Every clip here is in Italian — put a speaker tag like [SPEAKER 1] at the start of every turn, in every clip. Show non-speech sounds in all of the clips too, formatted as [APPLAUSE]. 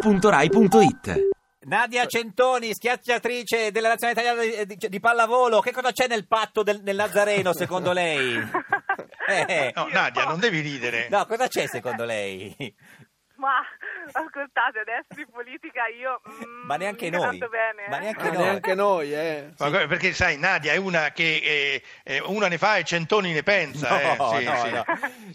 [SPEAKER 1] radio2pod.rai.it
[SPEAKER 2] Nadia Centoni, schiacciatrice della nazionale italiana di, di- di pallavolo, che cosa c'è nel patto del, del Nazareno secondo lei? Eh,
[SPEAKER 3] No, Nadia, non devi ridere.
[SPEAKER 2] no, cosa c'è secondo lei?
[SPEAKER 4] Ma ascoltate, adesso in politica io... mm,
[SPEAKER 2] Ma neanche
[SPEAKER 4] mica
[SPEAKER 2] noi.
[SPEAKER 4] tanto bene, eh.
[SPEAKER 2] Ma neanche
[SPEAKER 5] Ah,
[SPEAKER 2] noi.
[SPEAKER 5] neanche noi, eh.
[SPEAKER 3] Ma guarda, perché sai, Nadia è una che eh, eh, una ne fa e centoni ne pensa. eh.
[SPEAKER 2] No,
[SPEAKER 3] Sì,
[SPEAKER 2] no,
[SPEAKER 3] sì.
[SPEAKER 2] no.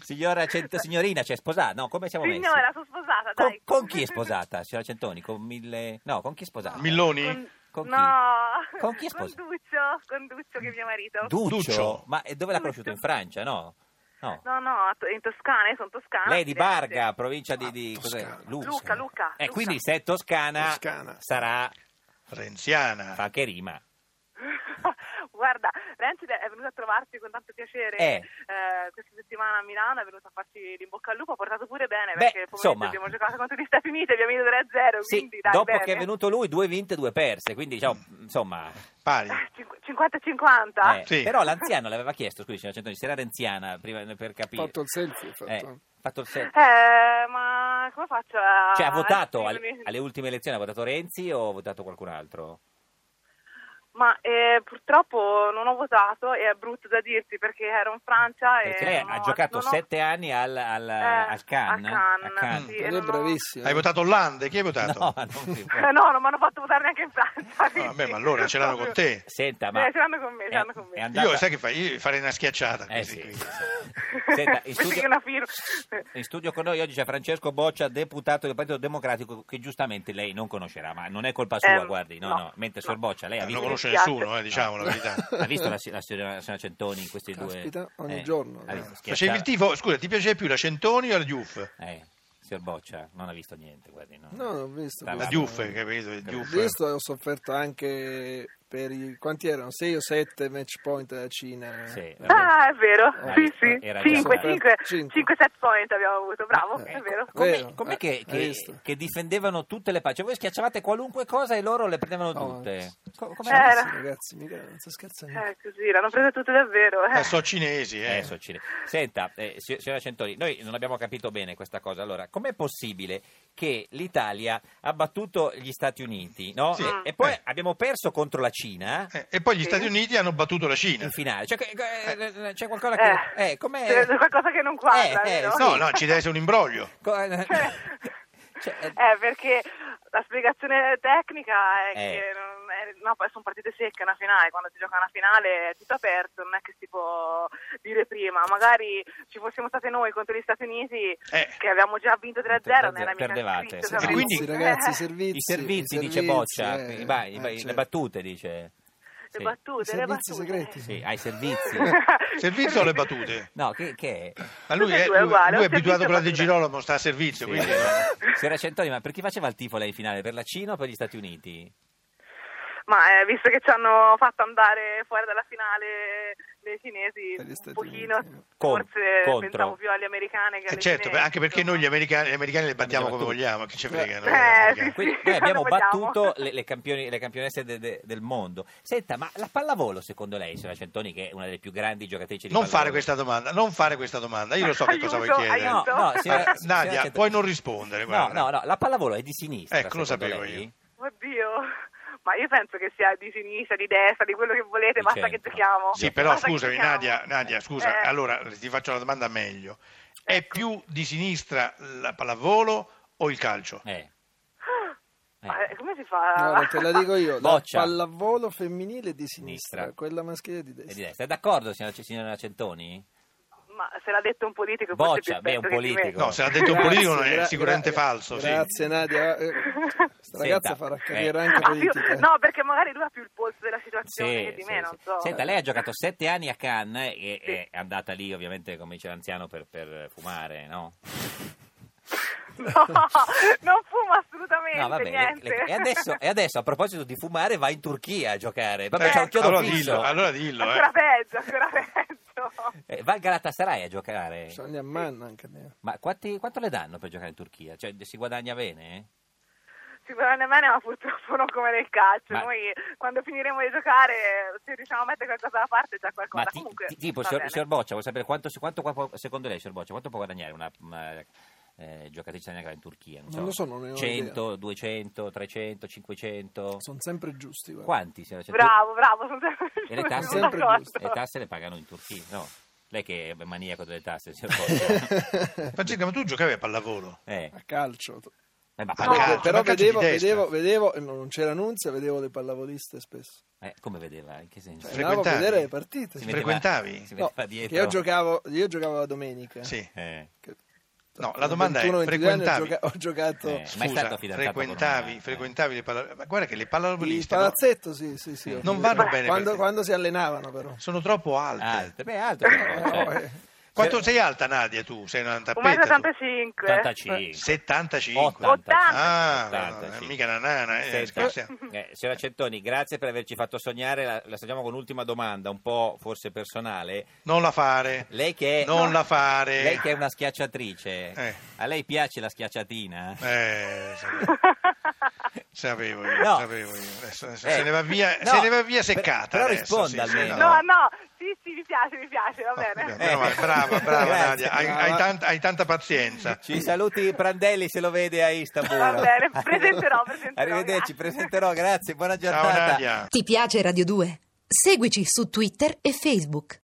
[SPEAKER 2] Signora Cent- signorina, c'è sposata? No, come siamo
[SPEAKER 4] Signora,
[SPEAKER 2] messi?
[SPEAKER 4] sono sposata,
[SPEAKER 2] Con,
[SPEAKER 4] dai.
[SPEAKER 2] con chi è sposata, signora Centoni? Con mille... No, con chi è sposata?
[SPEAKER 3] Milloni?
[SPEAKER 4] Con-
[SPEAKER 2] Con chi?
[SPEAKER 4] No.
[SPEAKER 2] Con chi è sposa-
[SPEAKER 4] Con Duccio, con Duccio che è mio marito.
[SPEAKER 2] Duccio?
[SPEAKER 3] Duccio.
[SPEAKER 2] Ma eh, dove l'ha
[SPEAKER 4] Duccio.
[SPEAKER 2] conosciuto? In Francia, no? No.
[SPEAKER 4] no, no, a- in Toscana, io sono toscana.
[SPEAKER 2] Lei è di
[SPEAKER 4] ovviamente.
[SPEAKER 2] Barga, provincia di, di
[SPEAKER 5] Ah,
[SPEAKER 2] cos'è?
[SPEAKER 5] Toscana.
[SPEAKER 2] Lucca.
[SPEAKER 4] Lucca, Lucca,
[SPEAKER 2] Eh,
[SPEAKER 4] Lucca.
[SPEAKER 2] quindi se è toscana,
[SPEAKER 5] Toscana.
[SPEAKER 2] sarà
[SPEAKER 3] Renziana.
[SPEAKER 2] fa che rima.
[SPEAKER 4] [LAUGHS] Guarda, Renzi è venuto a trovarti con tanto piacere
[SPEAKER 2] Eh.
[SPEAKER 4] eh, questa settimana a Milano, è venuto a farci in bocca al lupo, ha portato pure bene,
[SPEAKER 2] Beh,
[SPEAKER 4] perché il pomeriggio
[SPEAKER 2] insomma.
[SPEAKER 4] abbiamo giocato contro gli Stati Uniti, abbiamo vinto 3-0,
[SPEAKER 2] Sì,
[SPEAKER 4] quindi dai,
[SPEAKER 2] dopo
[SPEAKER 4] bene.
[SPEAKER 2] che è venuto lui, due vinte e due perse, quindi diciamo, insomma...
[SPEAKER 3] Pari.
[SPEAKER 4] Ah, cinqu- 50-50?
[SPEAKER 2] eh,
[SPEAKER 3] Sì.
[SPEAKER 2] Però l'anziano l'aveva chiesto, scusi signora Centoni, se era renziana, prima, per
[SPEAKER 5] Ha
[SPEAKER 2] capire.
[SPEAKER 5] fatto il selfie, ha fatto.
[SPEAKER 2] Eh, fatto il set.
[SPEAKER 4] Eh, ma come faccio a...
[SPEAKER 2] Cioè ha votato
[SPEAKER 4] a-
[SPEAKER 2] al- alle ultime elezioni, ha votato Renzi o ha votato qualcun altro?
[SPEAKER 4] Ma eh, purtroppo non ho votato e è brutto da dirti perché ero in Francia e...
[SPEAKER 2] Perché lei ha
[SPEAKER 4] Eh, no,
[SPEAKER 2] giocato
[SPEAKER 4] non ho-
[SPEAKER 2] sette anni al, al,
[SPEAKER 4] Eh,
[SPEAKER 2] al Cannes.
[SPEAKER 4] a Cannes,
[SPEAKER 2] a Cannes.
[SPEAKER 4] sì, Eh,
[SPEAKER 5] Ed
[SPEAKER 4] e
[SPEAKER 5] è
[SPEAKER 4] non ho-
[SPEAKER 5] bravissimo.
[SPEAKER 3] Hai votato Hollande? Chi hai votato?
[SPEAKER 2] No, non si può.
[SPEAKER 4] Eh, [LAUGHS] no, non mi hanno fatto votare neanche in Francia.
[SPEAKER 3] No, Ah, vabbè,
[SPEAKER 4] quindi-
[SPEAKER 3] ma allora ce l'hanno con
[SPEAKER 4] [LAUGHS]
[SPEAKER 3] te.
[SPEAKER 2] Senta,
[SPEAKER 4] Eh,
[SPEAKER 2] ma...
[SPEAKER 4] ce l'hanno con me, ce
[SPEAKER 2] è-
[SPEAKER 4] l'hanno con me.
[SPEAKER 2] è andata-
[SPEAKER 3] Io sai che fai? Io farei una schiacciata.
[SPEAKER 2] Eh,
[SPEAKER 3] così.
[SPEAKER 2] sì. Senta, Eh, in
[SPEAKER 4] Metti
[SPEAKER 2] studio-
[SPEAKER 4] che una firma.
[SPEAKER 2] In studio con noi oggi c'è Francesco Boccia, deputato del Partito Democratico, che giustamente lei non conoscerà, ma non è colpa sua,
[SPEAKER 5] Ehm,
[SPEAKER 4] Eh,
[SPEAKER 2] guardi, no, no,
[SPEAKER 4] no,
[SPEAKER 2] mentre
[SPEAKER 4] no.
[SPEAKER 2] Sor Boccia, lei ha
[SPEAKER 3] Non lo
[SPEAKER 2] visto,
[SPEAKER 3] conosce
[SPEAKER 4] Mi piace.
[SPEAKER 3] nessuno, eh, diciamo
[SPEAKER 2] Ah.
[SPEAKER 3] la verità.
[SPEAKER 2] ha visto la, si- la signora, la signora Centoni in questi
[SPEAKER 5] Caspita,
[SPEAKER 2] due...
[SPEAKER 5] ogni giorno,
[SPEAKER 2] ha
[SPEAKER 5] eh.
[SPEAKER 2] visto,
[SPEAKER 3] Facevi il
[SPEAKER 2] schiacciava-
[SPEAKER 3] tifo, scusa, ti piaceva più la Centoni o la Diuf?
[SPEAKER 2] Eh, signor Boccia, non ha visto niente, guardi. No,
[SPEAKER 5] No, non ho visto.
[SPEAKER 2] La
[SPEAKER 3] La
[SPEAKER 2] Vabbè.
[SPEAKER 3] Diuf, capito? Il
[SPEAKER 5] Ho
[SPEAKER 3] Diouf.
[SPEAKER 5] visto e ho sofferto anche per i... quanti erano? 6 o 7 match point della Cina. Eh,
[SPEAKER 2] Sì, vabbè.
[SPEAKER 4] Ah, è vero,
[SPEAKER 2] Dai,
[SPEAKER 4] sì, sì,
[SPEAKER 2] era
[SPEAKER 4] 5,
[SPEAKER 2] già-
[SPEAKER 4] 5,
[SPEAKER 5] Cinque.
[SPEAKER 4] 5 set point abbiamo avuto, bravo,
[SPEAKER 5] Eh,
[SPEAKER 4] è vero.
[SPEAKER 5] co-
[SPEAKER 2] Com'è,
[SPEAKER 5] Vero,
[SPEAKER 2] com'è
[SPEAKER 5] eh,
[SPEAKER 2] che,
[SPEAKER 5] hai
[SPEAKER 2] che-
[SPEAKER 5] visto?
[SPEAKER 2] che difendevano tutte le pace? Voi schiacciavate qualunque cosa e loro le prendevano
[SPEAKER 5] No,
[SPEAKER 2] tutte. Co- com'è?
[SPEAKER 4] Eh,
[SPEAKER 5] Ragazzi,
[SPEAKER 4] era-
[SPEAKER 5] ragazzi, mica non si scherza niente.
[SPEAKER 4] Eh, così, l'hanno presa tutte davvero. eh.
[SPEAKER 3] Eh, so cinesi, eh.
[SPEAKER 2] Eh, so Cile. Senta, eh, si- signora Centoni, noi non abbiamo capito bene questa cosa. Allora, com'è possibile che l'Italia ha battuto gli Stati Uniti, no?
[SPEAKER 3] Sì.
[SPEAKER 2] E, e poi
[SPEAKER 3] Eh.
[SPEAKER 2] abbiamo perso contro la Cina
[SPEAKER 3] Eh, e poi gli
[SPEAKER 4] Sì.
[SPEAKER 3] Stati Uniti hanno battuto la Cina.
[SPEAKER 2] in finale. Cioè, che- che- c'è qualcosa che... Eh, com'è...
[SPEAKER 4] c'è qualcosa che non quadra,
[SPEAKER 2] Eh, eh,
[SPEAKER 4] vero?
[SPEAKER 2] sì.
[SPEAKER 3] No, no, ci deve essere un imbroglio.
[SPEAKER 2] co- eh, [LAUGHS] cioè, eh,
[SPEAKER 4] Eh, perché la spiegazione tecnica
[SPEAKER 2] Eh.
[SPEAKER 4] è che non è- no, poi sono partite secche una finale, quando si gioca una finale è tutto aperto, non è che si può dire prima, magari ci fossimo state noi contro gli Stati Uniti
[SPEAKER 3] Eh.
[SPEAKER 4] che abbiamo già vinto 3-0, non era mica
[SPEAKER 2] Perdevate,
[SPEAKER 4] scritto,
[SPEAKER 2] sì.
[SPEAKER 4] però-
[SPEAKER 3] E quindi-
[SPEAKER 5] Servizi, ragazzi,
[SPEAKER 4] Eh,
[SPEAKER 5] servizi.
[SPEAKER 2] I servizi, dice
[SPEAKER 5] servizi,
[SPEAKER 2] Boccia,
[SPEAKER 5] eh.
[SPEAKER 2] i ba- i ba-
[SPEAKER 5] Eh,
[SPEAKER 2] le
[SPEAKER 5] certo.
[SPEAKER 2] battute, dice.
[SPEAKER 4] [LAUGHS] le
[SPEAKER 2] Sì.
[SPEAKER 4] battute,
[SPEAKER 5] I
[SPEAKER 4] le
[SPEAKER 5] servizi
[SPEAKER 4] battute. [LAUGHS]
[SPEAKER 5] segreti.
[SPEAKER 2] Sì, ai servizi.
[SPEAKER 5] [LAUGHS]
[SPEAKER 3] Servizio o le battute?
[SPEAKER 2] No, che, che è?
[SPEAKER 3] Ma lui,
[SPEAKER 4] Tutte e
[SPEAKER 3] è,
[SPEAKER 4] due è
[SPEAKER 3] lui-
[SPEAKER 4] uguale,
[SPEAKER 3] lui è
[SPEAKER 4] un servizio
[SPEAKER 3] abituato a quella di
[SPEAKER 4] battute.
[SPEAKER 3] Girolamo, sta a servizio. Quindi,
[SPEAKER 2] Sera Centoni, ma per chi faceva il tifo lei in finale? Per la Cina o per gli Stati Uniti?
[SPEAKER 4] Ma eh, visto che ci hanno fatto andare fuori dalla finale le cinesi
[SPEAKER 5] Per gli Stati
[SPEAKER 4] un pochino,
[SPEAKER 5] Uniti.
[SPEAKER 2] Con-
[SPEAKER 4] forse
[SPEAKER 2] contro.
[SPEAKER 4] pensavo più alle americane che
[SPEAKER 3] Eh,
[SPEAKER 4] alle
[SPEAKER 3] certo,
[SPEAKER 4] cinesi,
[SPEAKER 3] anche perché noi gli
[SPEAKER 4] insomma.
[SPEAKER 3] americani, gli americani le battiamo come
[SPEAKER 2] battuti.
[SPEAKER 3] vogliamo, che ci fregano. gli
[SPEAKER 4] Eh, sì,
[SPEAKER 3] americani.
[SPEAKER 2] Quindi noi
[SPEAKER 4] [LAUGHS] cosa
[SPEAKER 2] abbiamo
[SPEAKER 4] vogliamo?
[SPEAKER 2] battuto le, le campioni- le campionesse de- de- del mondo. Senta, ma la pallavolo, secondo lei, Sera Centoni, che è una delle più grandi giocatrici di
[SPEAKER 3] Non fare
[SPEAKER 2] pallavolo-
[SPEAKER 3] questa domanda, non fare questa domanda, io lo so che cosa vuoi
[SPEAKER 4] Aiuto,
[SPEAKER 3] chiedere.
[SPEAKER 2] No,
[SPEAKER 4] aiuto.
[SPEAKER 2] no, signora-
[SPEAKER 3] Ah,
[SPEAKER 2] signora
[SPEAKER 3] Nadia,
[SPEAKER 2] Centoni-
[SPEAKER 3] puoi non rispondere,
[SPEAKER 2] No,
[SPEAKER 3] guarda.
[SPEAKER 2] no, no, la pallavolo è di sinistra.
[SPEAKER 3] Ecco, lo
[SPEAKER 2] secondo
[SPEAKER 3] sapevo
[SPEAKER 2] lei?
[SPEAKER 3] io.
[SPEAKER 4] Oddio, ma io penso che sia di sinistra, di destra, di quello che volete,
[SPEAKER 2] Di
[SPEAKER 4] basta che
[SPEAKER 2] centro.
[SPEAKER 4] giochiamo.
[SPEAKER 3] Sì, però
[SPEAKER 4] Basta che
[SPEAKER 3] scusami,
[SPEAKER 4] giochiamo.
[SPEAKER 3] Nadia, Nadia, scusa,
[SPEAKER 4] Eh, Ecco.
[SPEAKER 3] allora ti faccio la domanda meglio. È più di sinistra la pallavolo o il calcio?
[SPEAKER 2] Eh. Eh.
[SPEAKER 4] ma, eh, come si fa?
[SPEAKER 5] Guarda,
[SPEAKER 4] [LAUGHS]
[SPEAKER 5] te la dico io, la
[SPEAKER 2] Boccia.
[SPEAKER 5] pallavolo femminile è di sinistra,
[SPEAKER 2] Sinistra.
[SPEAKER 5] quella maschile è di
[SPEAKER 2] È
[SPEAKER 5] destra.
[SPEAKER 2] di destra. È d'accordo, signora, signora Centoni?
[SPEAKER 4] Ma se l'ha detto un politico,
[SPEAKER 2] Boccia,
[SPEAKER 4] forse più
[SPEAKER 2] beh, un
[SPEAKER 4] esperto che di me.
[SPEAKER 2] politico.
[SPEAKER 3] No, se l'ha detto un
[SPEAKER 5] Grazie,
[SPEAKER 3] politico è
[SPEAKER 5] gra-
[SPEAKER 3] sicuramente
[SPEAKER 5] gra-
[SPEAKER 3] falso, sì.
[SPEAKER 5] Grazie Nadia, Eh, questa
[SPEAKER 2] Senta,
[SPEAKER 5] ragazza farà carriera
[SPEAKER 2] eh.
[SPEAKER 5] anche
[SPEAKER 4] Ma Ah, più-
[SPEAKER 5] politica.
[SPEAKER 4] no, perché magari lui ha più il polso della situazione
[SPEAKER 2] Sì,
[SPEAKER 4] che di
[SPEAKER 2] sì,
[SPEAKER 4] me, non
[SPEAKER 2] sì.
[SPEAKER 4] so.
[SPEAKER 2] Senta, lei ha giocato sette anni a Cannes e e è andata lì, ovviamente, come dice l'anziano, per, per fumare, no?
[SPEAKER 4] No, non fumo assolutamente
[SPEAKER 2] No, vabbè, le-
[SPEAKER 4] niente.
[SPEAKER 2] le- e, adesso, e adesso, a proposito di fumare, va in Turchia a giocare. Vabbè,
[SPEAKER 3] Eh,
[SPEAKER 2] c'è un chiodo
[SPEAKER 3] allora
[SPEAKER 2] fisso.
[SPEAKER 3] dillo, allora dillo. eh.
[SPEAKER 4] Ancora peggio, ancora peggio.
[SPEAKER 2] Eh, va al Galatasaray a giocare.
[SPEAKER 5] Ci Cioè, andiamo a manna anche te.
[SPEAKER 2] Ma quanti- quanto le danno per giocare in Turchia? Cioè, si guadagna bene?
[SPEAKER 4] Si guadagna bene, ma purtroppo non come nel calcio.
[SPEAKER 2] Ma-
[SPEAKER 4] Noi quando finiremo di giocare, se riusciamo a mettere qualcosa da parte, c'è qualcosa.
[SPEAKER 2] Ma ti-
[SPEAKER 4] Comunque,
[SPEAKER 2] ti- tipo,
[SPEAKER 4] va
[SPEAKER 2] signor,
[SPEAKER 4] bene.
[SPEAKER 2] signor Boccia, vuol sapere quanto, quanto qua può- secondo lei, signor Boccia, quanto può guadagnare una, una- eh, giocatrici italiane che era in Turchia? Non,
[SPEAKER 5] Non lo so, non ne ho
[SPEAKER 2] 100, 200, 300, 500?
[SPEAKER 5] Sono sempre giusti. guarda.
[SPEAKER 2] Quanti? signora Centuri?
[SPEAKER 4] Bravo, bravo, sono
[SPEAKER 2] E le
[SPEAKER 4] sempre,
[SPEAKER 2] tasse?
[SPEAKER 4] sono
[SPEAKER 5] Sempre
[SPEAKER 4] d'accordo.
[SPEAKER 5] giusto.
[SPEAKER 2] Le tasse le pagano in Turchia, no? Lei che è maniaco delle tasse, signor Pozzo.
[SPEAKER 3] Francesca, ma tu giocavi a pallavolo?
[SPEAKER 2] eh,
[SPEAKER 5] [LAUGHS] A calcio.
[SPEAKER 2] eh, ma
[SPEAKER 3] A
[SPEAKER 5] No,
[SPEAKER 2] parla-
[SPEAKER 3] calcio,
[SPEAKER 5] però
[SPEAKER 3] a calcio di
[SPEAKER 5] vedevo,
[SPEAKER 3] testa.
[SPEAKER 5] vedevo, vedevo, e non c'era Nunzia, vedevo le pallavoliste spesso.
[SPEAKER 2] eh, come vedeva? In che senso?
[SPEAKER 5] Cioè,
[SPEAKER 3] Fre-
[SPEAKER 5] andavo a
[SPEAKER 3] Frequentavi?
[SPEAKER 5] vedere le partite.
[SPEAKER 2] Si
[SPEAKER 5] sì.
[SPEAKER 2] metteva-
[SPEAKER 3] frequentavi?
[SPEAKER 2] si
[SPEAKER 5] No,
[SPEAKER 2] metteva
[SPEAKER 5] che
[SPEAKER 2] dietro.
[SPEAKER 5] io, giocavo, io giocavo la domenica.
[SPEAKER 3] Sì.
[SPEAKER 2] Eh.
[SPEAKER 5] Che-
[SPEAKER 3] No, la domanda è,
[SPEAKER 5] 21-22 anni
[SPEAKER 3] frequentavi?
[SPEAKER 5] Ho, gioca- ho giocato
[SPEAKER 2] Eh, ma è stato
[SPEAKER 3] Scusa,
[SPEAKER 2] fidanzato con una-
[SPEAKER 3] frequentavi,
[SPEAKER 2] eh.
[SPEAKER 3] frequentavi le pallavole. ma Guarda che le
[SPEAKER 5] il
[SPEAKER 3] pallavoliste no,
[SPEAKER 5] palazzetto, sì, sì, sì. ho
[SPEAKER 3] Non
[SPEAKER 5] giocato.
[SPEAKER 3] vanno bene
[SPEAKER 5] Quando,
[SPEAKER 3] queste.
[SPEAKER 5] quando si allenavano però.
[SPEAKER 3] sono troppo alte.
[SPEAKER 2] Alte, beh, alte però,
[SPEAKER 5] No,
[SPEAKER 2] cioè.
[SPEAKER 5] eh.
[SPEAKER 3] Quanto sei alta Nadia tu? Sei una
[SPEAKER 4] Un
[SPEAKER 3] tappetta?
[SPEAKER 4] metro
[SPEAKER 3] tu?
[SPEAKER 4] 85.
[SPEAKER 2] 85.
[SPEAKER 3] 75.
[SPEAKER 2] 80.
[SPEAKER 3] Ah,
[SPEAKER 2] 80,
[SPEAKER 3] no,
[SPEAKER 2] sì.
[SPEAKER 3] mica una nana. Eh,
[SPEAKER 2] Senta,
[SPEAKER 3] scherziamo.
[SPEAKER 2] eh, signora Centoni, grazie per averci fatto sognare. La, la salutiamo con un'ultima domanda, un po' forse personale.
[SPEAKER 3] non la fare.
[SPEAKER 2] Lei che è,
[SPEAKER 3] Non la fare.
[SPEAKER 2] Eh, lei che è una schiacciatrice,
[SPEAKER 3] Eh.
[SPEAKER 2] a lei piace la schiacciatina?
[SPEAKER 3] Eh, sa- sapevo io,
[SPEAKER 2] No.
[SPEAKER 3] sapevo io. Adesso- adesso
[SPEAKER 2] Eh.
[SPEAKER 3] Se ne va via,
[SPEAKER 2] No,
[SPEAKER 3] se ne va
[SPEAKER 2] per-
[SPEAKER 3] via seccata.
[SPEAKER 2] però
[SPEAKER 3] adesso,
[SPEAKER 2] risponda almeno.
[SPEAKER 4] [LAUGHS] No, no, sì, sì, mi piace, mi piace, va
[SPEAKER 3] Ah,
[SPEAKER 4] bene.
[SPEAKER 3] meno male, brava,
[SPEAKER 2] [LAUGHS]
[SPEAKER 3] brava
[SPEAKER 2] Grazie.
[SPEAKER 3] Nadia, hai,
[SPEAKER 5] Brava.
[SPEAKER 3] hai tanta, hai tanta pazienza.
[SPEAKER 2] Ci saluti Prandelli se lo vede a Istanbul.
[SPEAKER 4] Va bene, presenterò, presenterò,
[SPEAKER 2] [LAUGHS] Arrivederci,
[SPEAKER 4] grazie.
[SPEAKER 2] presenterò, grazie, buona
[SPEAKER 3] Ciao
[SPEAKER 2] giornata.
[SPEAKER 3] Nadia.
[SPEAKER 1] Ti piace Radio 2? Seguici su Twitter e Facebook.